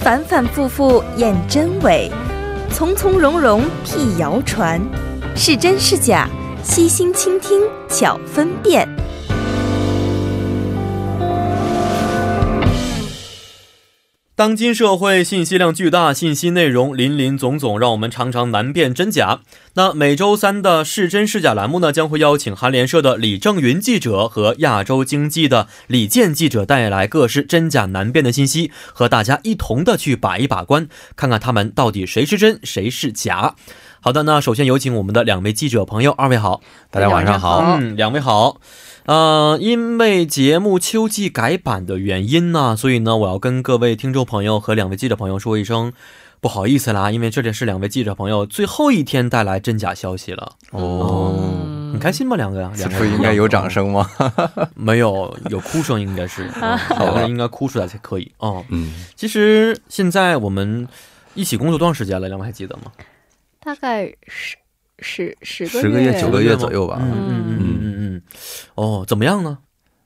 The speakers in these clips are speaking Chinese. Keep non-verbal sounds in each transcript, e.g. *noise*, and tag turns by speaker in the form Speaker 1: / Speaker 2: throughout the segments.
Speaker 1: 反反复复验真伪，从从容容辟谣传，是真是假，悉心倾听巧分辨。
Speaker 2: 当今社会信息量巨大，信息内容林林总总，让我们常常难辨真假。那每周三的“是真是假”栏目呢，将会邀请韩联社的李正云记者和亚洲经济的李健记者带来各式真假难辨的信息，和大家一同的去把一把关，看看他们到底谁是真，谁是假。好的，那首先有请我们的两位记者朋友，二位好，
Speaker 3: 大家晚上好。
Speaker 2: 嗯，两位好。呃，因为节目秋季改版的原因呢，所以呢，我要跟各位听众朋友和两位记者朋友说一声不好意思啦，因为这里是两位记者朋友最后一天带来真假消息了。
Speaker 3: 嗯哦，
Speaker 2: 很开心吗？两个呀，
Speaker 3: 此
Speaker 2: 两
Speaker 3: 处
Speaker 2: 个
Speaker 3: 应该有掌声吗？
Speaker 2: 没有？有哭声应该是，嗯两个人应该哭出来才可以哦。
Speaker 3: 嗯，
Speaker 2: 其实现在我们一起工作多长时间了？两位还记得吗？
Speaker 4: 大概十十十个
Speaker 3: 十个月九个月左右吧，
Speaker 2: 嗯嗯嗯嗯嗯嗯。哦，怎么样呢？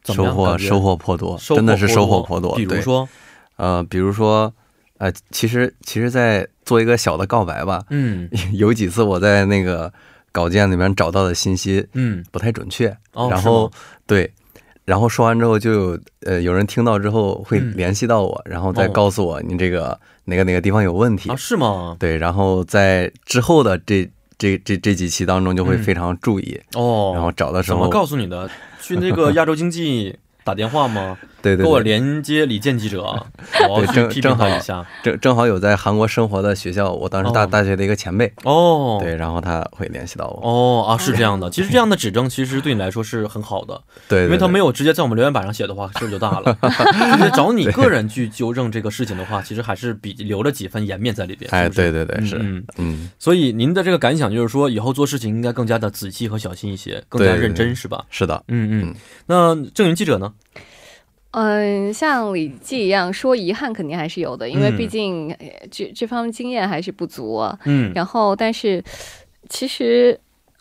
Speaker 2: 怎么
Speaker 3: 收
Speaker 2: 样
Speaker 3: 获
Speaker 2: 感觉
Speaker 3: 收获颇多，
Speaker 2: 收获
Speaker 3: 真的是收获颇多。
Speaker 2: 比如
Speaker 3: 对，
Speaker 2: 说，
Speaker 3: 呃，比如说，呃，其实其实，在做一个小的告白吧，
Speaker 2: *laughs*
Speaker 3: *laughs*
Speaker 2: 嗯
Speaker 3: 有几次我在那个稿件里面找到的信息
Speaker 2: 嗯，
Speaker 3: 不太准确，
Speaker 2: 哦
Speaker 3: 然
Speaker 2: 是
Speaker 3: 后
Speaker 2: 吗
Speaker 3: 对。然后说完之后就有呃有人听到之后会联系到我，然后再
Speaker 2: 嗯哦
Speaker 3: 告诉我你这个哪个哪个地方有问题，
Speaker 2: 啊是吗？
Speaker 3: 对，然后在之后的这这这这几期当中就会
Speaker 2: 嗯
Speaker 3: 非常注意，
Speaker 2: 哦，
Speaker 3: 然后找的时
Speaker 2: 怎
Speaker 3: 候
Speaker 2: 么告诉你的？去那个亚洲经
Speaker 3: *laughs*
Speaker 2: 济打电话吗？
Speaker 3: 对
Speaker 2: 给
Speaker 3: 对
Speaker 2: 我
Speaker 3: 对，
Speaker 2: 连接李健记
Speaker 3: *laughs*
Speaker 2: 者，我要去
Speaker 3: 正
Speaker 2: 批评
Speaker 3: 正
Speaker 2: 他
Speaker 3: 好
Speaker 2: 一下。
Speaker 3: 正正好有在韩国生活的学校，我当时大、
Speaker 2: 哦
Speaker 3: 大学的一个前辈，
Speaker 2: 哦，
Speaker 3: 对，然后他会联系到我，
Speaker 2: 哦啊，是这样的。其实这样的指正，其实对你来说是很好的，
Speaker 3: 对对
Speaker 2: 因为他没
Speaker 3: 有
Speaker 2: 有直接在我们留言板上写的话，事儿就大
Speaker 3: *laughs*
Speaker 2: 了。直接找你个人去纠正这个事情的话，其实还是比留了几分颜面在里边。
Speaker 3: 哎，
Speaker 2: 是不是
Speaker 3: 对对对，是，
Speaker 2: 嗯，嗯
Speaker 3: 嗯，
Speaker 2: 所以您的这个感想就是说，以后做事情应该更加的仔细和小心一些，更加
Speaker 3: 对对
Speaker 2: 认真，
Speaker 3: 对
Speaker 2: 是吧？
Speaker 3: 是的，
Speaker 2: 嗯嗯
Speaker 3: 嗯。
Speaker 2: 那郑云记者呢？
Speaker 4: 嗯，像李记一样说遗憾肯定还是有的，因为
Speaker 2: 嗯
Speaker 4: 毕竟、呃这这方面经验还是不足、啊
Speaker 2: 嗯，
Speaker 4: 然后，但是其实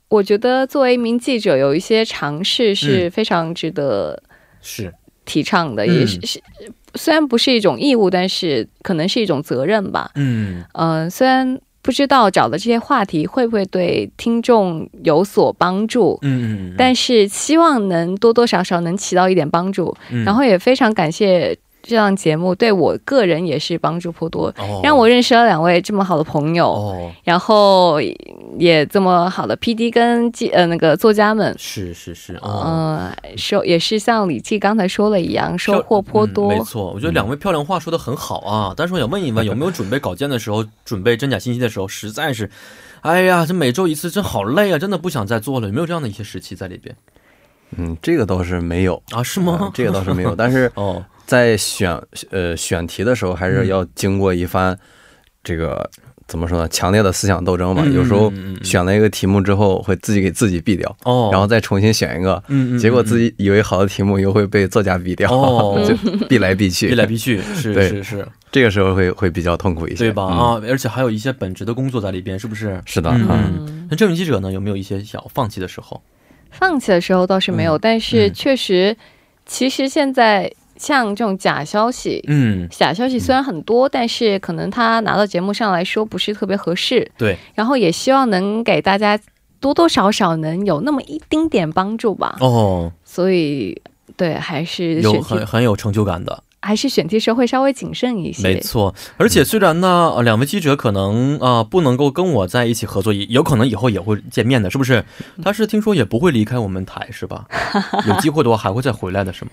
Speaker 4: 我觉得作为一名记者，有一些尝试是
Speaker 2: 嗯
Speaker 4: 非常值得
Speaker 2: 是，
Speaker 4: 提倡的，
Speaker 2: 嗯
Speaker 4: 也是是虽然不是一种义务，但是可能是一种责任吧。
Speaker 2: 嗯
Speaker 4: 嗯、虽然。不知道找的这些话题会不会对听众有所帮助，
Speaker 2: 嗯嗯嗯。
Speaker 4: 但是希望能多多少少能起到一点帮助。
Speaker 2: 嗯
Speaker 4: 然后也非常感谢这档节目对我个人也是帮助颇多，
Speaker 2: 哦
Speaker 4: 让我认识了两位这么好的朋友，
Speaker 2: 哦，
Speaker 4: 然后也这么好的 P D 跟记呃那个作家们。
Speaker 2: 是是是，哦，
Speaker 4: 嗯，收也是像李记刚才说了一样，收获颇
Speaker 2: 嗯
Speaker 4: 多。
Speaker 2: 没错，我觉得两位漂亮话说的很好啊，但是我想问一问，有没有准备稿件的时候，准备真假信息的时候，实在是，哎呀，这每周一次真好累啊，真的不想再做了，有没有这样的一些时期在里边
Speaker 3: 嗯，这个倒是没有。
Speaker 2: 啊？是吗
Speaker 3: 嗯？这个倒是没有，但是
Speaker 2: *laughs* 哦，嗯
Speaker 3: 在选呃选题的时候，还是要经过一番这个怎么说呢，强烈的思想斗争吧。
Speaker 2: 嗯
Speaker 3: 有时候
Speaker 2: 嗯嗯嗯
Speaker 3: 选了一个题目之后，会自己给自己毙掉，
Speaker 2: 哦，
Speaker 3: 然后再重新选一个，
Speaker 2: 嗯，嗯，
Speaker 3: 结果自
Speaker 2: 己
Speaker 3: 己以为好的题目又会被作家毙掉，
Speaker 2: 哦
Speaker 3: *laughs* 就
Speaker 2: *laughs*
Speaker 3: 毙来毙去，
Speaker 2: 逼来逼去，是
Speaker 3: 对
Speaker 2: 是是，
Speaker 3: 这个时候会会比较痛苦一些，
Speaker 2: 对吧？
Speaker 3: 嗯？
Speaker 2: 啊，而且还有一些本职的工作在里边，是不是？
Speaker 3: 是的，
Speaker 2: 嗯
Speaker 3: 嗯
Speaker 2: 嗯，那郑云记者呢，有没有一些想放弃的时候？
Speaker 4: 放弃的时候倒是
Speaker 2: 嗯
Speaker 4: 没有，但是确实，其实现在像这种假消息，
Speaker 2: 嗯，
Speaker 4: 假消息虽然很多，但是可能他拿到节目上来说不是特别合适。
Speaker 2: 对，
Speaker 4: 然后也希望能给大家多多少少能有那么一丁点帮助吧。
Speaker 2: 哦，
Speaker 4: 所以，对，还是
Speaker 2: 有
Speaker 4: 选
Speaker 2: 很
Speaker 4: 题，
Speaker 2: 很有成就感的。
Speaker 4: 还是选题时候会稍微谨慎一
Speaker 2: 没
Speaker 4: 些。
Speaker 2: 错，而且虽然呢，呃两位记者可能啊、不能够跟我在一起合作，也有可能以后也会见面的，是不是？他是听说也不会离开我们台，是吧？有机会的话还会再回来的，是吗？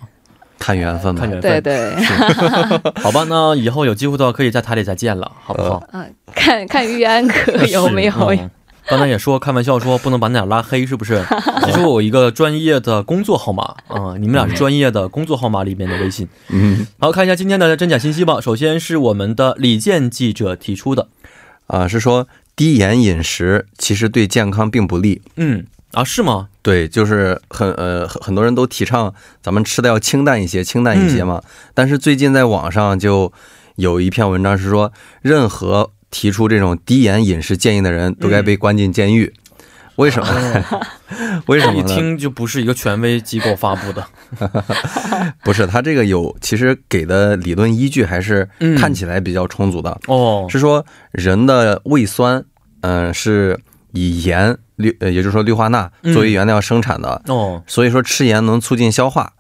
Speaker 3: 看缘分吧
Speaker 2: 看。缘
Speaker 4: 对
Speaker 2: 分，
Speaker 4: 对，
Speaker 2: 好吧，那以后有机会的话可以在台里再见了，好不好？
Speaker 4: 嗯， *laughs* 看 *laughs* 看玉安
Speaker 2: *laughs*
Speaker 4: 哥
Speaker 2: 是
Speaker 4: 有没有？
Speaker 2: 嗯刚才也说开玩笑说不能把你俩拉黑，是不
Speaker 3: *laughs*
Speaker 2: 是？其实我有一个专业的工作号码啊、你们俩是专业的工作号码里面的微信。
Speaker 3: 嗯
Speaker 2: 好，看一下今天的真假信息吧。首先是我们的李健记者提出的，
Speaker 3: 啊、是说低盐饮食其实对健康并不利。
Speaker 2: 嗯啊，是吗？
Speaker 3: 对，就是很呃很很多人都提倡咱们吃的要清淡一些，清淡一些
Speaker 2: 嗯
Speaker 3: 嘛。但是最近在网上就有一篇文章是说，任何提出这种低盐饮食建议的人都该被关进监狱。为什么呢？ *laughs* 为什
Speaker 2: 嗯
Speaker 3: 么
Speaker 2: 哦 *laughs* 一
Speaker 3: 呢？
Speaker 2: 听就不是一个权威机构发布的。
Speaker 3: *laughs* 不是，它这个有其实给的理论依据还是
Speaker 2: 嗯
Speaker 3: 看起来比较充足的，
Speaker 2: 哦，
Speaker 3: 是说人的胃酸，嗯、是以盐氯，呃，也就是说氯化钠
Speaker 2: 嗯
Speaker 3: 作为原料生产的，
Speaker 2: 哦，
Speaker 3: 所以说吃盐能促进消化。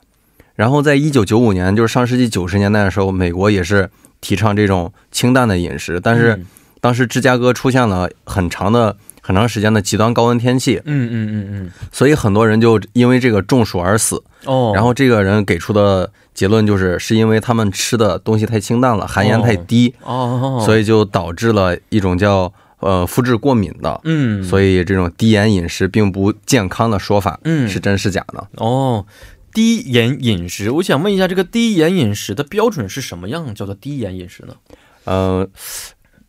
Speaker 3: 然后在一九九五年，就是上世纪九十年代的时候，美国也是提倡这种清淡的饮食，但
Speaker 2: 嗯
Speaker 3: 是当时芝加哥出现了很长的、很长时间的极端高温天气，
Speaker 2: 嗯嗯嗯嗯，
Speaker 3: 所以很多人就因为这个中暑而死。
Speaker 2: 哦，
Speaker 3: 然后这个人给出的结论就是，是因为他们吃的东西太清淡了，含盐太低，
Speaker 2: 哦，
Speaker 3: 所
Speaker 2: 以
Speaker 3: 以就导致了一种叫呃肤质过敏的。
Speaker 2: 嗯，
Speaker 3: 所以这种低盐饮食并不健康的说法，
Speaker 2: 嗯
Speaker 3: 是真是假呢？
Speaker 2: 哦，低盐饮食，我想问一下，这个低盐饮食的标准是什么样叫做低盐饮食呢？
Speaker 3: 呃，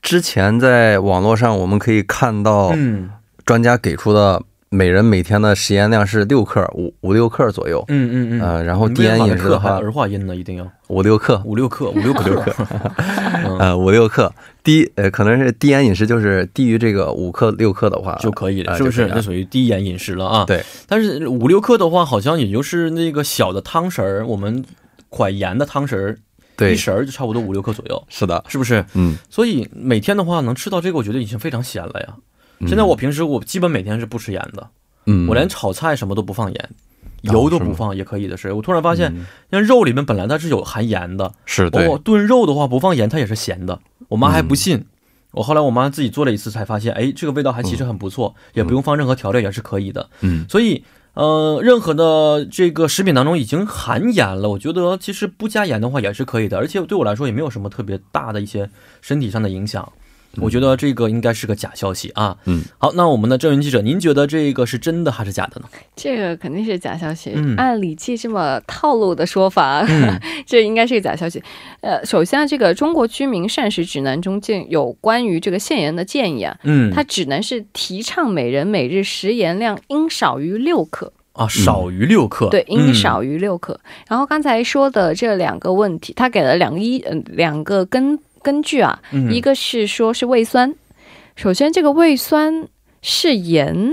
Speaker 3: 之前在网络上我们可以看到
Speaker 2: 嗯
Speaker 3: 专家给出的每人每天的食盐量是六克，五五六克左右。
Speaker 2: 嗯嗯嗯，
Speaker 3: 呃，然后
Speaker 2: 你
Speaker 3: 低
Speaker 2: 为了
Speaker 3: 盐
Speaker 2: 把
Speaker 3: 饮
Speaker 2: 这
Speaker 3: 食
Speaker 2: 克
Speaker 3: 的
Speaker 2: 还
Speaker 3: 话，
Speaker 2: 儿化音呢，一定要
Speaker 3: 五六克，
Speaker 2: 五六克，五六克，
Speaker 3: 呃，五六克。低呃，可能是低盐饮食，就是低于这个五克六克的话
Speaker 2: *laughs* 就可以了，
Speaker 3: 呃
Speaker 2: 是不是？
Speaker 3: 就可以
Speaker 2: 那
Speaker 3: 了
Speaker 2: 属于低盐饮食了啊。
Speaker 3: 对，
Speaker 2: 但是五六克的话，好像也就是那个小的汤匙儿，我们蒯盐的汤匙儿，一
Speaker 3: 对，
Speaker 2: 匙儿就差不多五六克左右，
Speaker 3: 是的，
Speaker 2: 是不是？
Speaker 3: 嗯，
Speaker 2: 所以每天的话，能吃到这个，我觉得已经非常咸了呀。现在我平时我基本每天是不吃盐的，
Speaker 3: 嗯，
Speaker 2: 我连炒菜什么都不放盐，
Speaker 3: 哦
Speaker 2: 油都
Speaker 3: 是
Speaker 2: 不
Speaker 3: 吗嗯
Speaker 2: 放也可以的是。我突然发现，像肉里面本来它是有含盐的，
Speaker 3: 是对
Speaker 2: 我、哦炖肉的话不放盐它也是咸的，我妈还不信。我后来我妈自己做了一次才发现，哎，这个味道还其实很不错，也不用放任何调料也是可以的。
Speaker 3: 嗯，
Speaker 2: 所以呃，任何的这个食品当中已经含盐了，我觉得其实不加盐的话也是可以的，而且对我来说也没有什么特别大的一些身体上的影响。我觉得这个应该是个假消息啊。
Speaker 3: 嗯，
Speaker 2: 好，那我们的郑云记者，您觉得这个是真的还是假的呢？
Speaker 4: 这个肯定是假消息。
Speaker 2: 嗯
Speaker 4: 按《礼记》这么套路的说法， *laughs* 这应该是个假消息。呃，首先啊，这个《中国居民膳食指南》中建有关于这个限盐的建议啊，
Speaker 2: 嗯，
Speaker 4: 它指南是提倡每人每日食盐量应少于六克，
Speaker 2: 啊少于六克，
Speaker 4: 对，应
Speaker 2: 嗯
Speaker 4: 少于六克。然后刚才说的这两个问题，它给了两个一嗯、两个根根据啊，
Speaker 2: 嗯
Speaker 4: 一个是说是胃酸，首先这个胃酸是盐。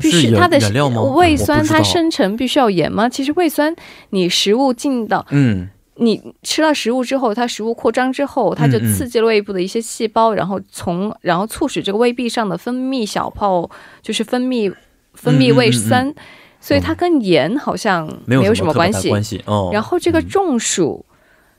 Speaker 4: 必
Speaker 2: 是
Speaker 4: 须
Speaker 2: 原
Speaker 4: 它的
Speaker 2: 原料吗？
Speaker 4: 胃酸它
Speaker 2: 是
Speaker 4: 生成必须要盐吗？其实胃酸你食物进到
Speaker 2: 嗯
Speaker 4: 你吃了食物之后，它食物扩张之后，它就
Speaker 2: 嗯嗯
Speaker 4: 刺激了胃部的一些细胞，然后从然后促使这个胃壁上的分泌小泡，就是分泌分泌
Speaker 2: 嗯
Speaker 4: 胃酸，所以它跟盐好像
Speaker 2: 没有
Speaker 4: 有
Speaker 2: 什
Speaker 4: 么
Speaker 2: 特别
Speaker 4: 关
Speaker 2: 大
Speaker 4: 系。
Speaker 2: 关系哦。
Speaker 4: 然后这个中暑，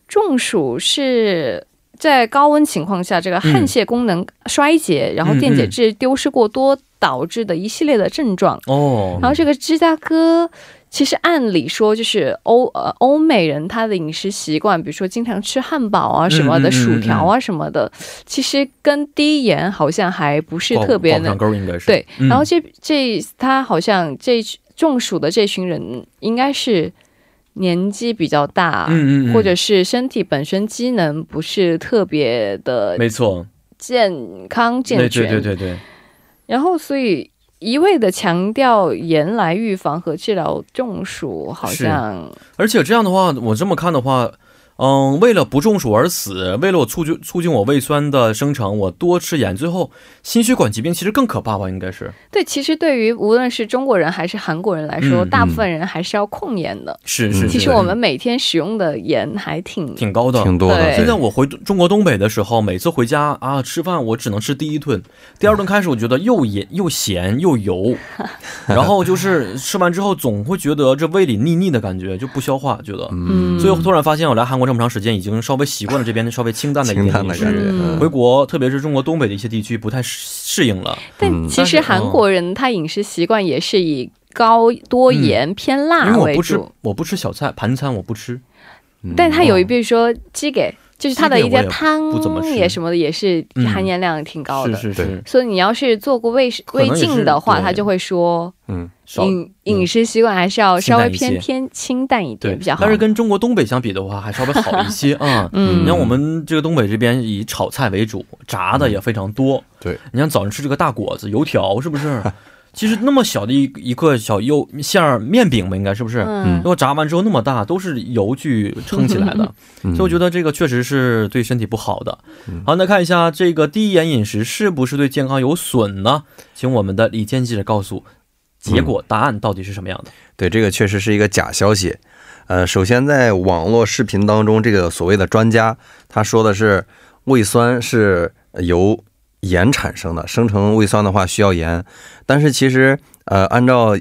Speaker 4: 中暑是在高温情况下，这个
Speaker 2: 嗯
Speaker 4: 汗腺功能衰竭，然后电解质丢失过多导致的一系列的症状。
Speaker 2: 哦，
Speaker 4: 然后这个芝加哥，其实按理说就是欧呃欧美人他的饮食习惯，比如说经常吃汉堡啊什么
Speaker 2: 嗯嗯
Speaker 4: 的，
Speaker 2: 嗯嗯
Speaker 4: 薯条啊什么的，其实跟低盐好像还不是
Speaker 2: 挂
Speaker 4: 特别
Speaker 2: 挂不
Speaker 4: 的
Speaker 2: 上钩应该是
Speaker 4: 对。
Speaker 2: 嗯
Speaker 4: 然后这这他好像这中暑的这群人应该是年纪比较大。
Speaker 2: 嗯嗯嗯，
Speaker 4: 或者是身体本身机能不是特别的
Speaker 2: 没错，
Speaker 4: 健康健
Speaker 2: 对
Speaker 4: 全，
Speaker 2: 对对对对，
Speaker 4: 然后，所以一味的强调盐来预防和治疗中暑，好像
Speaker 2: 而且这样的话，我这么看的话。嗯，为了不中暑而死，为了我促进促进我胃酸的生成，我多吃盐，最后心血管疾病其实更可怕吧？应该是
Speaker 4: 对。其实对于无论是中国人还是韩国人来说，
Speaker 2: 嗯嗯
Speaker 4: 大部分人还是要控盐的。
Speaker 2: 是是，
Speaker 3: 嗯
Speaker 4: 其
Speaker 2: 是
Speaker 4: 实我们每天使用的盐还挺
Speaker 2: 挺高的，
Speaker 3: 挺多的。
Speaker 4: 对
Speaker 2: 现在我回中国东北的时候，每次回家啊吃饭，我只能吃第一顿，第二顿开始我觉得又盐又咸又
Speaker 4: *laughs*
Speaker 2: 油，然后就是吃完之后总会觉得这胃里腻腻的感觉，就不消化，觉得。
Speaker 4: 嗯，
Speaker 2: 所以突然发现我来韩国这么长时间，已经稍微习惯了这边稍微清淡的一点
Speaker 3: 清淡
Speaker 2: 饮
Speaker 3: 的感
Speaker 2: 食。
Speaker 3: 觉，
Speaker 4: 嗯
Speaker 2: 回国，特别是中国东北的一些地区，不太适适应了。
Speaker 4: 但其实
Speaker 2: 嗯但是
Speaker 4: 韩国人他饮食习惯也是以高多盐、偏
Speaker 2: 因
Speaker 4: 辣
Speaker 2: 为我
Speaker 4: 为
Speaker 2: 不吃
Speaker 4: 主，，
Speaker 2: 我不吃小菜，盘餐我不吃。
Speaker 3: 嗯
Speaker 4: 但他有一
Speaker 2: 哦
Speaker 4: 比如说鸡给，就是他的一
Speaker 2: 鸡给我
Speaker 4: 些
Speaker 2: 也不
Speaker 4: 汤
Speaker 2: 不怎么吃
Speaker 4: 也什么的，也是
Speaker 2: 嗯
Speaker 4: 含盐量挺高的。
Speaker 2: 是是
Speaker 3: 对
Speaker 2: 是，
Speaker 4: 所以你要是做过胃
Speaker 2: 可能
Speaker 4: 胃
Speaker 2: 也是
Speaker 4: 镜的话，
Speaker 2: 对
Speaker 4: 他就会说
Speaker 3: 嗯，
Speaker 2: 少
Speaker 4: 饮饮食习惯还是要稍微偏偏清淡一
Speaker 2: 对
Speaker 4: 点比较好。
Speaker 2: 但是跟中国东北相比的话，还稍微好一
Speaker 4: *laughs*
Speaker 2: 些啊。
Speaker 4: 嗯
Speaker 2: 你像我们这个东北这边以炒菜为主，炸的也非常多。
Speaker 3: 嗯对，
Speaker 2: 你像早上吃这个大果子、油条，是不是？其实那么小的一一个小油馅儿面饼吧，应该是不是？
Speaker 4: 嗯
Speaker 3: 嗯
Speaker 2: 如，果炸完之后那么大，都是油去撑起来的，所以我觉
Speaker 3: 得
Speaker 2: 得这个确实是对身体不好的
Speaker 3: 嗯。
Speaker 2: 好，那看一下这个低盐饮食是不是对健康有损呢？请我们的李健记者告诉结果答案到底是什么样的。
Speaker 3: 嗯对这个确实是一个假消息。呃，首先在网络视频当中，这个所谓的专家他说的是胃酸是由盐产生的，生成胃酸的话需要盐，但是其实呃，按照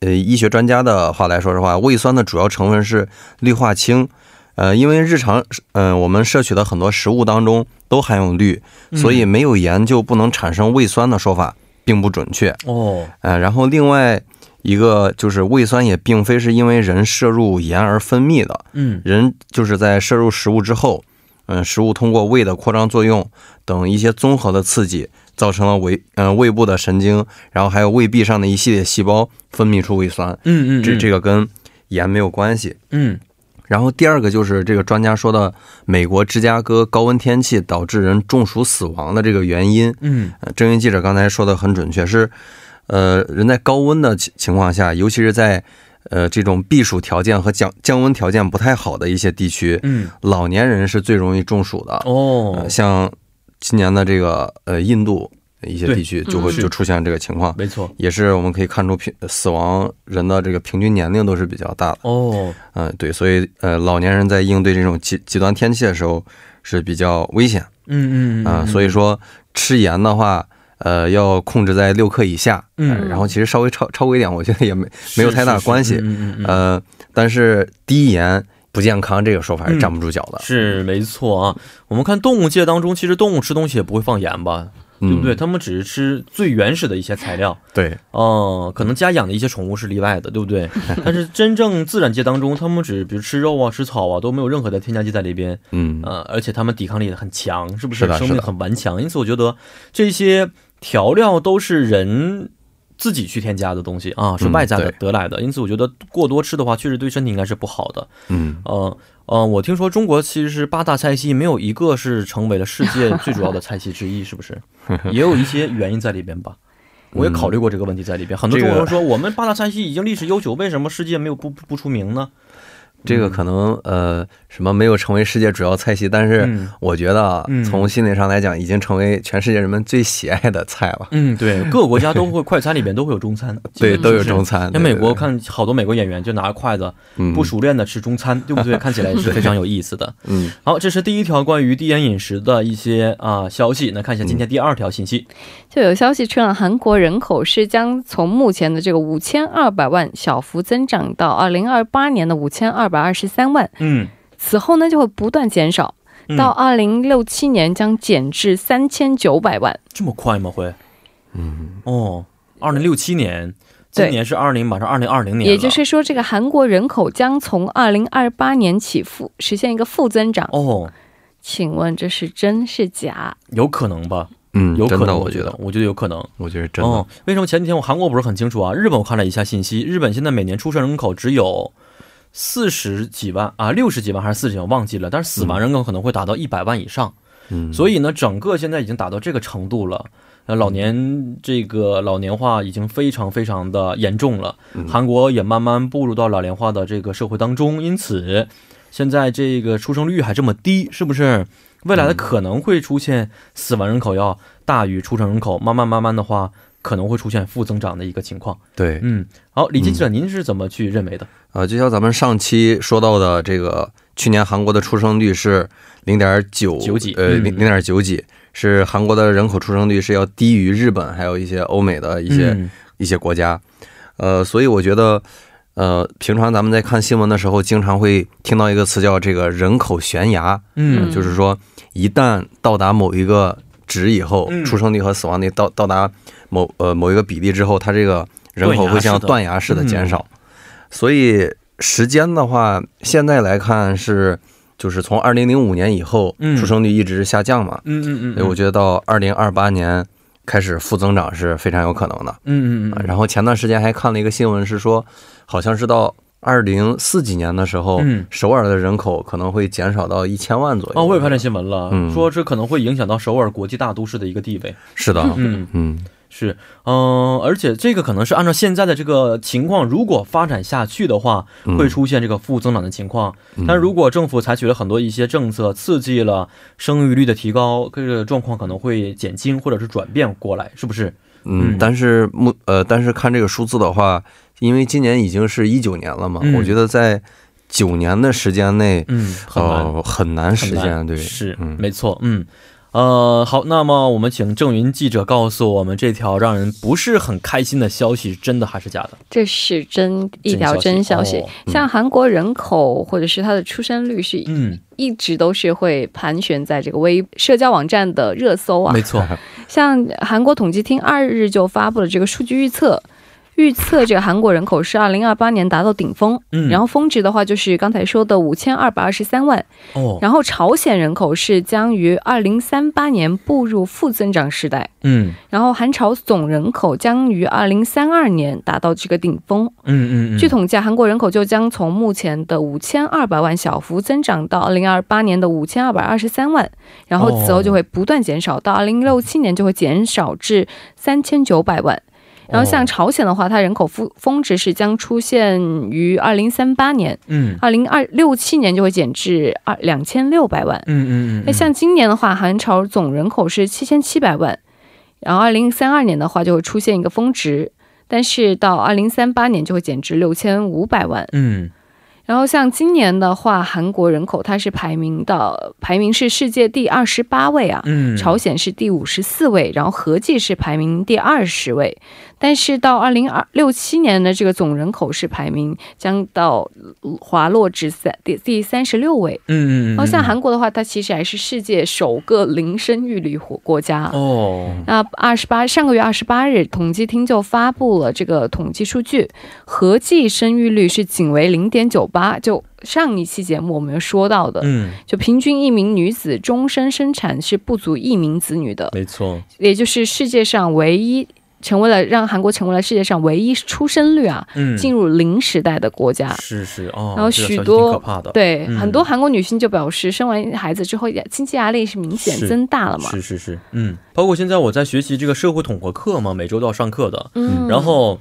Speaker 3: 呃医学专家的话来说的话，胃酸的主要成分是氯化氢。呃，因为日常嗯、呃我们摄取的很多食物当中都含有氯，所
Speaker 2: 嗯
Speaker 3: 以没有盐就不能产生胃酸的说法并不准确。
Speaker 2: 哦，
Speaker 3: 呃，然后另外一个就是胃酸也并非是因为人摄入盐而分泌的，
Speaker 2: 嗯
Speaker 3: 人就是在摄入食物之后，嗯，食物通过胃的扩张作用等一些综合的刺激，造成了胃嗯、胃部的神经，然后还有胃壁上的一系列细胞分泌出胃酸，
Speaker 2: 嗯嗯，
Speaker 3: 这这
Speaker 2: 个
Speaker 3: 个跟盐没有关系。
Speaker 2: 嗯
Speaker 3: 然后第二个就是这个专家说的美国芝加哥高温天气导致人中暑死亡的这个原因，
Speaker 2: 嗯
Speaker 3: 呃，郑云记者刚才说的很准确，是，呃，人在高温的情情况下，尤其是在呃这种避暑条件和降降温条件不太好的一些地区，
Speaker 2: 嗯
Speaker 3: 老年人是最容易中暑的。
Speaker 2: 哦
Speaker 3: 呃，，像今年的这个呃印度一些
Speaker 2: 对
Speaker 3: 地区就会
Speaker 4: 嗯
Speaker 3: 就出现这个情况，
Speaker 2: 没错。
Speaker 3: 也是我们可以看出平呃死亡人的这个平均年龄都是比较大的。
Speaker 2: 哦，
Speaker 3: 嗯、对，所以呃老年人在应对这种极极端天气的时候是比较危险。
Speaker 2: 嗯嗯
Speaker 3: 啊、
Speaker 2: 嗯，
Speaker 3: 所以说吃盐的话，呃，要控制在六克以下。
Speaker 2: 嗯
Speaker 3: 然后其实稍微超超过一点，我觉得也没哎没有太大关系。
Speaker 2: 是是是嗯嗯嗯嗯
Speaker 3: 呃，但是低盐不健康这个说法是站不住脚的，
Speaker 2: 嗯是没错啊，我们看动物界当中，其实动物吃东西也不会放盐吧，
Speaker 3: 嗯、
Speaker 2: 对不对？？它们只是吃最原始的一些材料，
Speaker 3: 对，
Speaker 2: 哦、可能家养的一些宠物是例外的，对不对？但是真正自然界当中，它们只比如吃肉啊、吃草啊，都没有任何的添加剂在里边，
Speaker 3: 嗯，
Speaker 2: 呃，而且它们抵抗力很强，是不
Speaker 3: 是的
Speaker 2: 生
Speaker 3: 是
Speaker 2: 命
Speaker 3: 的
Speaker 2: 很顽强，因此我觉得这些调料都是人。自己去添加的东西啊，是
Speaker 3: 嗯
Speaker 2: 外在的得
Speaker 3: 对
Speaker 2: 来的，因此我觉得过多吃的话，确实对身体应该是不好的。
Speaker 3: 嗯，
Speaker 2: 呃呃，我听说中国其实是八大菜系没有一个是成为了世界最主要的菜系之一，是不
Speaker 3: *laughs*
Speaker 2: 是？也有一些原因在里边吧。我也考虑过这个问题在里边，很多
Speaker 3: 嗯这
Speaker 2: 中
Speaker 3: 个
Speaker 2: 国人说我们八大菜系已经历史悠久，为什么世界没有不不出名呢？
Speaker 3: 这个可能呃什么没有成为世界主要菜系，但是
Speaker 2: 嗯
Speaker 3: 我觉得啊
Speaker 2: 嗯
Speaker 3: 从心理上来讲，已经成为全世界人们最喜爱的菜了。
Speaker 2: 嗯，对，各个国家都会快餐里边都会有中
Speaker 3: *laughs*
Speaker 2: 餐，
Speaker 3: 对，
Speaker 4: 嗯
Speaker 3: 都有
Speaker 2: 是不是
Speaker 3: 中餐。
Speaker 2: 像美国
Speaker 3: 啊对嗯
Speaker 2: 看好多美国演员就拿筷子
Speaker 3: 对对
Speaker 2: 不熟练的吃中餐，对不
Speaker 3: *laughs*
Speaker 2: 对？看起来也是非常有意思的。
Speaker 3: 嗯，
Speaker 2: 好，这是第一条关于低盐饮食的一些啊、消息。那看一下
Speaker 3: 嗯
Speaker 2: 今天第二条信息。
Speaker 4: 就有消息称啊，韩国人口是将从目前的这个五千二百万小幅增长到二零二八年的五千二百二十三万，
Speaker 2: 嗯，
Speaker 4: 此后呢就会不断减少，
Speaker 2: 嗯
Speaker 4: 到二零六七年将减至三千九百万。
Speaker 2: 这么快吗？会？嗯，哦，二零六七年，今
Speaker 4: 对
Speaker 2: 年是二零，马上二零二零年了，
Speaker 4: 也就是说，这个韩国人口将从二零二八年起负实现一个负增长。
Speaker 2: 哦，
Speaker 4: 请问这是真是假？
Speaker 2: 有可能吧？
Speaker 3: 嗯，
Speaker 2: 有可
Speaker 3: 真
Speaker 2: 能，
Speaker 3: 的，
Speaker 2: 我
Speaker 3: 我觉得，
Speaker 2: 我觉得有可能。
Speaker 3: 我觉得真的
Speaker 2: 哦，为什么前几天我韩国不是很清楚啊？日本我看了一下信息，日本现在每年出生人口只有。四十几万啊，六十几万还是四十几万，忘记了。但是死亡人口可能会达到一百万以上，
Speaker 3: 嗯，
Speaker 2: 所以呢，整个现在已经达到这个程度了。呃，老年这个老年化已经非常非常的严重了，韩国也慢慢步入到老年化的这个社会当中，因此现在这个出生率还这么低，是不是？未来的可能会出现死亡人口要大于出生人口，慢慢慢慢的话，可能会出现负增长的一个情况。
Speaker 3: 对，
Speaker 2: 嗯，好，李记者，您是怎么去认为的？
Speaker 3: 呃，就像咱们上期说到的，这个去年韩国的出生率是零点九
Speaker 2: 九几
Speaker 3: 呃，
Speaker 2: 嗯
Speaker 3: 零零点九几，是韩国的人口出生率是要低于日本还有一些欧美的一些、
Speaker 2: 嗯
Speaker 3: 一些国家，呃，所以我觉得，呃，平常咱们在看新闻的时候，经常会听到一个词叫这个人口悬崖，
Speaker 2: 嗯
Speaker 3: 就是说一旦到达某一个值以后，
Speaker 2: 嗯
Speaker 3: 出生率和死亡率到到达某呃某一个比例之后，它这个人口会像断崖式的减少。
Speaker 2: 嗯
Speaker 3: 所以时间的话，现在来看是就是从二零零五年以后，
Speaker 2: 嗯
Speaker 3: 出生率一直下降嘛，
Speaker 2: 嗯嗯
Speaker 3: 所以我觉得到二零二八年开始负增长是非常有可能的。
Speaker 2: 嗯嗯
Speaker 3: 啊
Speaker 2: 嗯，
Speaker 3: 然后前段时间还看了一个新闻，是说好像是到。二零四几年的时候，
Speaker 2: 嗯
Speaker 3: 首尔的人口可能会减少到一千万左右。
Speaker 2: 哦，我也看这新闻了，
Speaker 3: 哎嗯
Speaker 2: 说这可能会影响到首尔国际大都市的一个地位。
Speaker 3: 是的，
Speaker 2: 嗯，
Speaker 3: 嗯，
Speaker 2: 是，嗯、而且这个可能是按照现在的这个情况，如果发展下去的话，
Speaker 3: 嗯
Speaker 2: 会出现这个负增长的情况。但如果政府采取了很多一些政策，刺激了生育率的提高，这个状况可能会减轻或者是转变过来，是不是？嗯
Speaker 3: 嗯，但是目呃，但是看这个数字的话，因为今年已经是一九年了嘛、
Speaker 2: 嗯
Speaker 3: 我觉得在九年的时间内，
Speaker 2: 嗯，很难。
Speaker 3: 呃，很难实
Speaker 2: 很难
Speaker 3: 现，对，
Speaker 2: 是、
Speaker 3: 嗯
Speaker 2: 没错，嗯。呃，好，那么我们请郑云记者告诉我们这条让人不是很开心的消息，真的还是假的？
Speaker 4: 这是真一条真消息。
Speaker 2: 哦
Speaker 4: 像韩国人口或者是它的出生率是
Speaker 2: 嗯，
Speaker 4: 一直都是会盘旋在这个微社交网站的热搜啊
Speaker 2: 没。错，
Speaker 3: *laughs*
Speaker 4: 像韩国统计厅二日就发布了这个数据预测，预测这个韩国人口是二零二八年达到顶峰，
Speaker 2: 嗯，
Speaker 4: 然后峰值的话就是刚才说的五千二百二十三万，
Speaker 2: 哦，
Speaker 4: 然后朝鲜人口是将于二零三八年步入负增长时代，
Speaker 2: 嗯
Speaker 4: 然后韩朝总人口将于二零三二年达到这个顶峰。
Speaker 2: 嗯嗯嗯，
Speaker 4: 据统计，韩国人口就将从目前的五千二百万小幅增长到二零二八年的五千二百二十三万，然后此后就会不断减少，到二零六七年就会减少至三千九百万。然后像朝鲜的话，它人口峰峰值是将出现于二零三八年，
Speaker 2: 嗯
Speaker 4: 二零二六七年就会减至二两千六百万。
Speaker 2: 嗯嗯嗯，
Speaker 4: 那哎像今年的话，韩朝总人口是七千七百万，然后二零三二年的话就会出现一个峰值，但是到二零三八年就会减至六千五百万。
Speaker 2: 嗯
Speaker 4: 然后像今年的话，韩国人口它是排名到排名是世界第二十八位啊。
Speaker 2: 嗯，
Speaker 4: 朝鲜是第五十四位，然后合计是排名第二十位，但是到二零二六七年的这个总人口是排名将到呃滑落至三第第三十六位，
Speaker 2: 嗯嗯嗯，
Speaker 4: 然后像韩国的话，它其实还是世界首个零生育率国国家。
Speaker 2: 哦，
Speaker 4: 那二十八上个月二十八日，统计厅就发布了这个统计数据，合计生育率是仅为零点九八，就上一期节目我们有说到的，
Speaker 2: 嗯，
Speaker 4: 就平均一名女子终身生产是不足一名子女的，
Speaker 2: 没错，
Speaker 4: 也就是世界上唯一成为了让韩国成为了世界上唯一出生率啊
Speaker 2: 嗯，
Speaker 4: 进入零时代的国家。
Speaker 2: 是是哦，
Speaker 4: 然后
Speaker 2: 这个
Speaker 4: 许
Speaker 2: 消息
Speaker 4: 多
Speaker 2: 挺可怕的，
Speaker 4: 对，
Speaker 2: 嗯
Speaker 4: 很多韩国女性就表示，生完孩子之后，经济压力是明显
Speaker 2: 是
Speaker 4: 增大了嘛。
Speaker 2: 是是是，嗯，包括现在我在学习这个社会统合课嘛，每周都要上课的，
Speaker 4: 嗯，
Speaker 2: 然后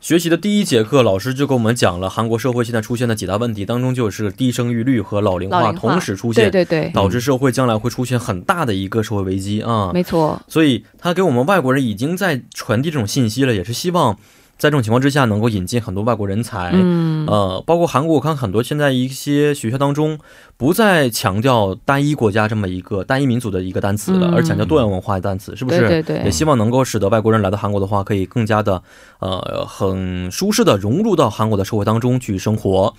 Speaker 2: 学习的第一节课，老师就给我们讲了韩国社会现在出现的几大问题，当中就是低生育率和老龄
Speaker 4: 老
Speaker 2: 化
Speaker 4: 龄化
Speaker 2: 同时出
Speaker 4: 对
Speaker 2: 现，
Speaker 4: 对对，
Speaker 2: 导致社会将来会出现很大的一个社会危机啊。
Speaker 4: 没错，
Speaker 2: 所以他给我们外国人已经在传递这种信息了，也是希望在这种情况之下能够引进很多外国人才。
Speaker 4: 嗯，
Speaker 2: 呃，包括韩国，我看很多现在一些学校当中不再强调单一国家这么一个单一民族的一个单词了，
Speaker 4: 嗯
Speaker 2: 而强调多元文化的单词，是不是？
Speaker 4: 对对对
Speaker 2: 也希望能够使得外国人来到韩国的话，可以更加的呃很舒适的融入到韩国的社会当中去生活。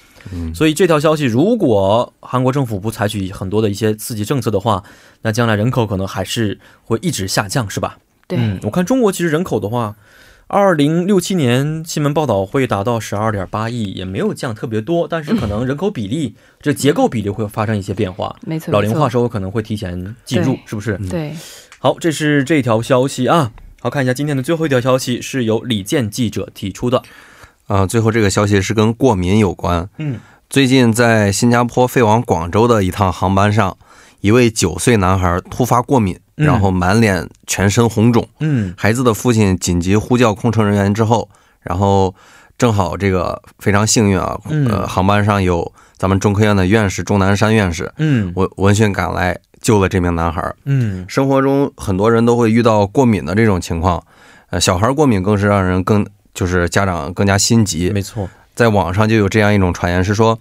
Speaker 2: 所以这条消息，如果韩国政府不采取很多的一些刺激政策的话，那将来人口可能还是会一直下降，是吧？
Speaker 4: 对，
Speaker 2: 嗯，我看中国其实人口的话，二零六七年新闻报道会达到十二点八亿，也没有降特别多，但是可能人口比例、这结构比例会发生一些变化。
Speaker 4: 没错，
Speaker 2: 老龄化嗯
Speaker 4: 没错
Speaker 2: 社会可能会提前进入
Speaker 4: 对，
Speaker 2: 是不是？
Speaker 4: 对，
Speaker 2: 好，这是这条消息啊。好，看一下今天的最后一条消息，是由李健记者提出的。
Speaker 3: 啊、最后这个消息是跟过敏有关。
Speaker 2: 嗯，
Speaker 3: 最近在新加坡飞往广州的一趟航班上，一位九岁男孩突发过敏，
Speaker 2: 嗯
Speaker 3: 然后满脸全身红肿。
Speaker 2: 嗯
Speaker 3: 孩子的父亲紧急呼叫空乘人员之后，然后正好这个非常幸运啊，
Speaker 2: 嗯
Speaker 3: 呃，航班上有咱们中科院的院士钟南山院士
Speaker 2: 嗯
Speaker 3: 闻闻讯赶来救了这名男孩。
Speaker 2: 嗯，
Speaker 3: 生活中很多人都会遇到过敏的这种情况，呃，小孩过敏更是让人更就是家长更加心急。
Speaker 2: 嗯没错。
Speaker 3: 在网上就有这样一种传言是说，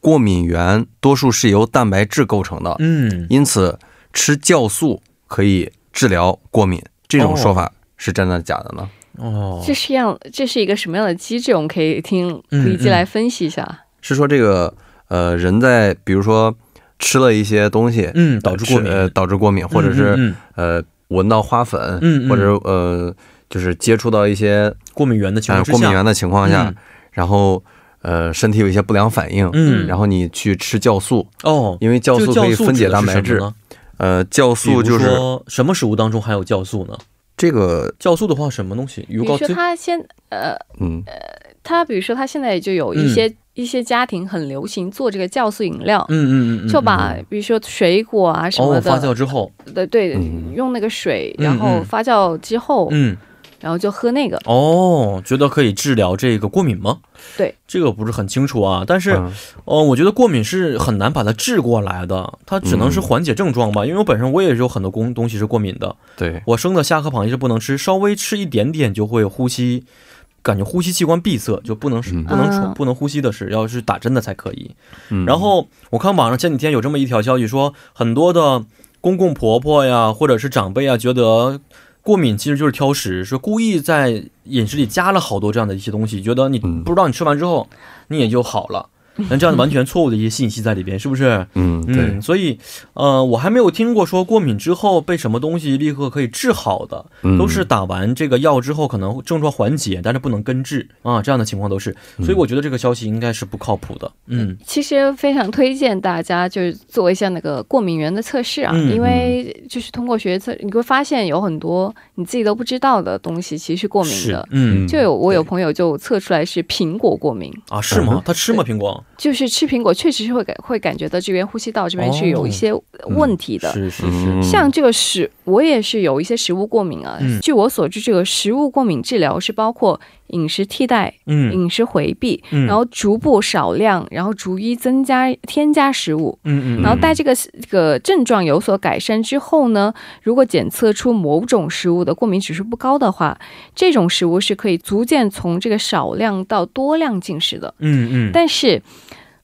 Speaker 3: 过敏源多数是由蛋白质构成的，
Speaker 2: 嗯
Speaker 3: 因此吃酵素可以治疗过敏。这种说法是真的假的呢？
Speaker 2: 哦，
Speaker 4: 这是样，这是一个什么样的机制？我们可以听
Speaker 2: 嗯
Speaker 4: 李记来分析一下。
Speaker 3: 是说这个呃人在比如说吃了一些东西，
Speaker 2: 嗯，导致过敏，
Speaker 3: 吃呃导致过敏，或者是、
Speaker 2: 嗯嗯
Speaker 3: 呃闻到花粉，
Speaker 2: 嗯嗯
Speaker 3: 或者呃就是接触到一些
Speaker 2: 嗯过敏源的情
Speaker 3: 呃
Speaker 2: 况之下，
Speaker 3: 过敏源的情况下，
Speaker 2: 嗯
Speaker 3: 然后呃身体有一些不良反应，
Speaker 2: 嗯
Speaker 3: 然后你去吃酵素，
Speaker 2: 哦，
Speaker 3: 因为酵素
Speaker 2: 这
Speaker 3: 可
Speaker 2: 个
Speaker 3: 以
Speaker 2: 酵素
Speaker 3: 分解
Speaker 2: 指的
Speaker 3: 蛋
Speaker 2: 是
Speaker 3: 白
Speaker 2: 什么
Speaker 3: 质
Speaker 2: 呢。
Speaker 3: 呃，酵
Speaker 2: 比如
Speaker 3: 素就是
Speaker 2: 说什么食物当中含有酵素呢？
Speaker 3: 这个，
Speaker 2: 酵素的话，什么东西？
Speaker 4: 比
Speaker 2: 油
Speaker 4: 如
Speaker 2: 膏
Speaker 4: 说
Speaker 2: 最
Speaker 4: 他现呃，
Speaker 3: 嗯，
Speaker 4: 他比如说他现在就有一些、一些家庭很流行做这个酵素饮料，
Speaker 2: 嗯嗯嗯嗯嗯，
Speaker 4: 就把比如说水果啊什么
Speaker 2: 哦
Speaker 4: 的，
Speaker 2: 发酵之后，
Speaker 4: 对对，
Speaker 3: 嗯
Speaker 4: 用那个水，
Speaker 2: 嗯
Speaker 4: 然后
Speaker 2: 嗯
Speaker 4: 发酵之后，
Speaker 2: 嗯，
Speaker 4: 然后就喝那个。
Speaker 2: 哦，觉得可以治疗这个过敏吗？
Speaker 4: 对，
Speaker 2: 这个不是很清楚啊。但是，
Speaker 3: 嗯
Speaker 2: 呃，我觉得过敏是很难把它治过来的，它只能是缓解症状吧。因为我本身我也是有很多东东西是过敏的，
Speaker 3: 对，
Speaker 2: 我生的虾和螃蟹是不能吃，稍微吃一点点就会呼吸，感觉呼吸器官闭塞，就不能是
Speaker 3: 嗯
Speaker 2: 不能喘
Speaker 4: 啊
Speaker 2: 不能呼吸的是，要是打针的才可以。
Speaker 3: 嗯
Speaker 2: 然后我看网上前几天有这么一条消息说，很多的公公婆婆呀，或者是长辈啊，觉得过敏其实就是挑食，说故意在饮食里加了好多这样的一些东西，觉得你
Speaker 3: 嗯
Speaker 2: 不知道你吃完之后你也就好了。那这样的完全错误的一些信息在里边，是不是？
Speaker 3: 嗯，对
Speaker 2: 嗯，，所以，呃，我还没有听过说过敏之后被什么东西立刻可以治好的，
Speaker 3: 嗯
Speaker 2: 都是打完这个药之后可能症状缓解，但是不能根治啊，这样的情况都是。
Speaker 3: 嗯
Speaker 2: 所以我觉得这个消息应该是不靠谱的。嗯
Speaker 4: 其实非常推荐大家就是做一下那个过敏原的测试啊，
Speaker 2: 嗯
Speaker 4: 因为就是通过学测，你会发现有很多你自己都不知道的东西，其实是过敏
Speaker 2: 是
Speaker 4: 的，。
Speaker 2: 嗯
Speaker 4: 就有我有
Speaker 2: 对
Speaker 4: 朋友就测出来是苹果过敏，
Speaker 2: 啊，是吗？他吃吗？苹果
Speaker 4: 就是吃苹果确实是会感会感觉到这边呼吸道这边是有一些问题的。
Speaker 2: 哦是是是，
Speaker 3: 嗯
Speaker 4: 像这个食，我也是有一些食物过敏啊。
Speaker 2: 嗯
Speaker 4: 据我所知，这个食物过敏治疗是包括饮食替代、
Speaker 2: 嗯
Speaker 4: 饮食回避，
Speaker 2: 嗯，
Speaker 4: 然后逐步少量，然后逐一增加添加食物。
Speaker 2: 嗯嗯
Speaker 4: 然后待这个这个症状有所改善之后呢，如果检测出某种食物的过敏指数不高的话，这种食物是可以逐渐从这个少量到多量进食的。
Speaker 2: 嗯嗯，
Speaker 4: 但是，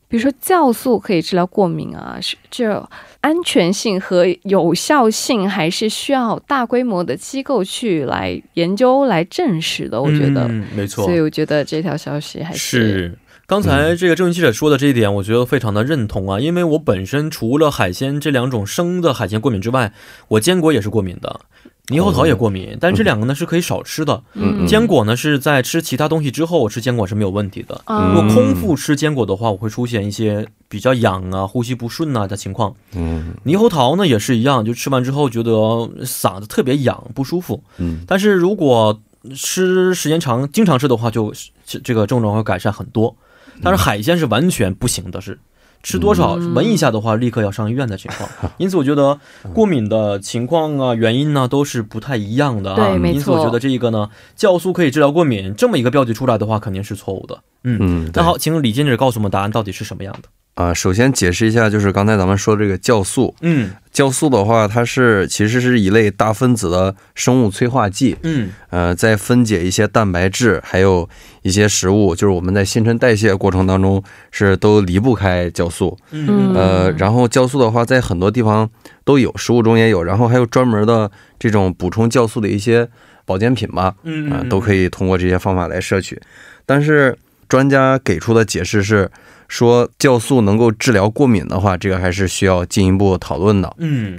Speaker 4: 比如说酵素可以治疗过敏啊，是这安全性和有效性还是需要大规模的机构去来研究来证实的。我觉得，
Speaker 2: 嗯嗯没错嗯
Speaker 4: 所，以我觉得这条消息还
Speaker 2: 是。刚才这个郑云记者说的这一点，我觉得非常的认同啊，因为我本身除了海鲜这两种生的海鲜过敏之外，我坚果也是过敏的，猕猴桃也过敏，但这两个呢是可以少吃的。
Speaker 3: 嗯
Speaker 2: 坚果呢是在吃其他东西之后，我吃坚果是没有问题的。
Speaker 4: 啊
Speaker 2: 如果
Speaker 3: 嗯
Speaker 2: 空腹吃坚果的话，我会出现一些比较痒啊、呼吸不顺啊的情况。
Speaker 3: 嗯
Speaker 2: 猕猴桃呢也是一样，就吃完之后觉得嗓子特别痒不舒服，
Speaker 3: 嗯
Speaker 2: 但是如果吃时间长、经常吃的话，就是这个症状会改善很多。但是海鲜是完全不行的，是吃多少
Speaker 4: 嗯
Speaker 2: 闻一下的话，立刻要上医院的情况。因此，我觉得过敏的情况啊、原因呢、都是不太一样的啊。
Speaker 4: 对没错
Speaker 2: 因此，我觉得这个呢，酵素可以治疗过敏这么一个标题出来的话，肯定是错误的。嗯，
Speaker 3: 嗯，
Speaker 2: 那
Speaker 3: 对
Speaker 2: 好，请李金姐告诉我们答案到底是什么样的。
Speaker 3: 啊，首先解释一下，就是刚才咱们说这个酵素，
Speaker 2: 嗯
Speaker 3: 酵素的话，它是其实是一类大分子的生物催化剂，
Speaker 2: 嗯
Speaker 3: 呃，在分解一些蛋白质，还有一些食物，就是我们在新陈代谢过程当中是都离不开酵素。
Speaker 2: 嗯
Speaker 3: 呃，然后酵素的话，在很多地方都有，食物中也有，然后还有专门的这种补充酵素的一些保健品吧，
Speaker 2: 嗯
Speaker 3: 啊、都可
Speaker 2: 以。
Speaker 3: 以通过这些方法来摄取。但是专家给出的解释是说，酵素能够治疗过敏的话，这个还是需要进一步讨论的。
Speaker 2: 嗯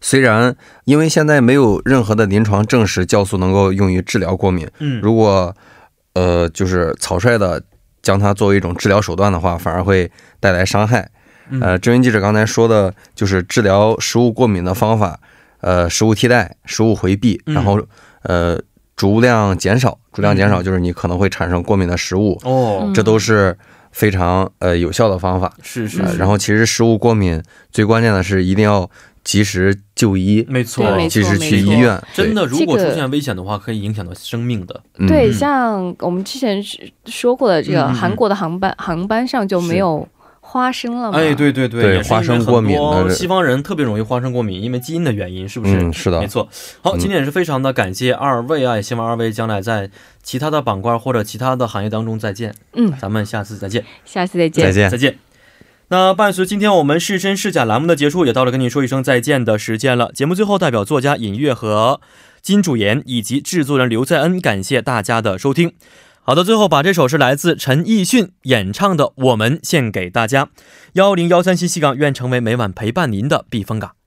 Speaker 3: 虽然因为现在没有任何的临床证实酵素能够用于治疗过敏，
Speaker 2: 嗯，
Speaker 3: 如果呃就是草率的将它作为一种治疗手段的话，反而会带来伤害。
Speaker 2: 嗯
Speaker 3: 呃，郑云记者刚才说的就是治疗食物过敏的方法，呃，食物替代、食物回避，
Speaker 2: 嗯
Speaker 3: 然后呃逐量减少，逐量减
Speaker 2: 嗯
Speaker 3: 少就是你可能会产生过敏的食物，
Speaker 2: 哦
Speaker 4: 嗯，
Speaker 3: 这都是非常呃有效的方法。
Speaker 2: 是是
Speaker 3: 呃，
Speaker 2: 是，
Speaker 3: 然后其实食物过敏最关键的是一定要及时就医，
Speaker 2: 嗯
Speaker 3: 呃
Speaker 2: 没错，
Speaker 4: 对没错
Speaker 3: 及时去医院，
Speaker 2: 真的，
Speaker 4: 这
Speaker 2: 如果
Speaker 4: 个
Speaker 2: 出现危险的话，可以影响到生命的。
Speaker 3: 对，
Speaker 4: 对，
Speaker 2: 嗯
Speaker 4: 像我们之前是说过的，这个
Speaker 2: 嗯嗯嗯
Speaker 4: 韩国的航班、航班上就是没有花生了嘛？
Speaker 2: 哎，对对对
Speaker 3: 对
Speaker 2: 也是因为
Speaker 3: 花生过敏的
Speaker 2: 很多
Speaker 3: 这
Speaker 2: 西方人特别容易花生过敏，因为基因的原因，是不是？
Speaker 3: 嗯，是的
Speaker 2: 没，错。好，
Speaker 3: 嗯
Speaker 2: 今天也是非常的感谢二位啊，也希望二位将来在其他的板块或者其他的行业当中再见，
Speaker 4: 嗯，
Speaker 2: 咱们下次再见，
Speaker 4: 下次再见。
Speaker 3: 再见
Speaker 2: 再。见。那伴随今天我们是真是假栏目的结束，也到了跟你说一声再见的时间了。节目最后，代表作家尹月和金主妍以及制作人刘在恩，感谢大家的收听。好的，最后把这首是来自陈奕迅演唱的《我们》献给大家。幺零幺三信息港愿成为每晚陪伴您的避风港。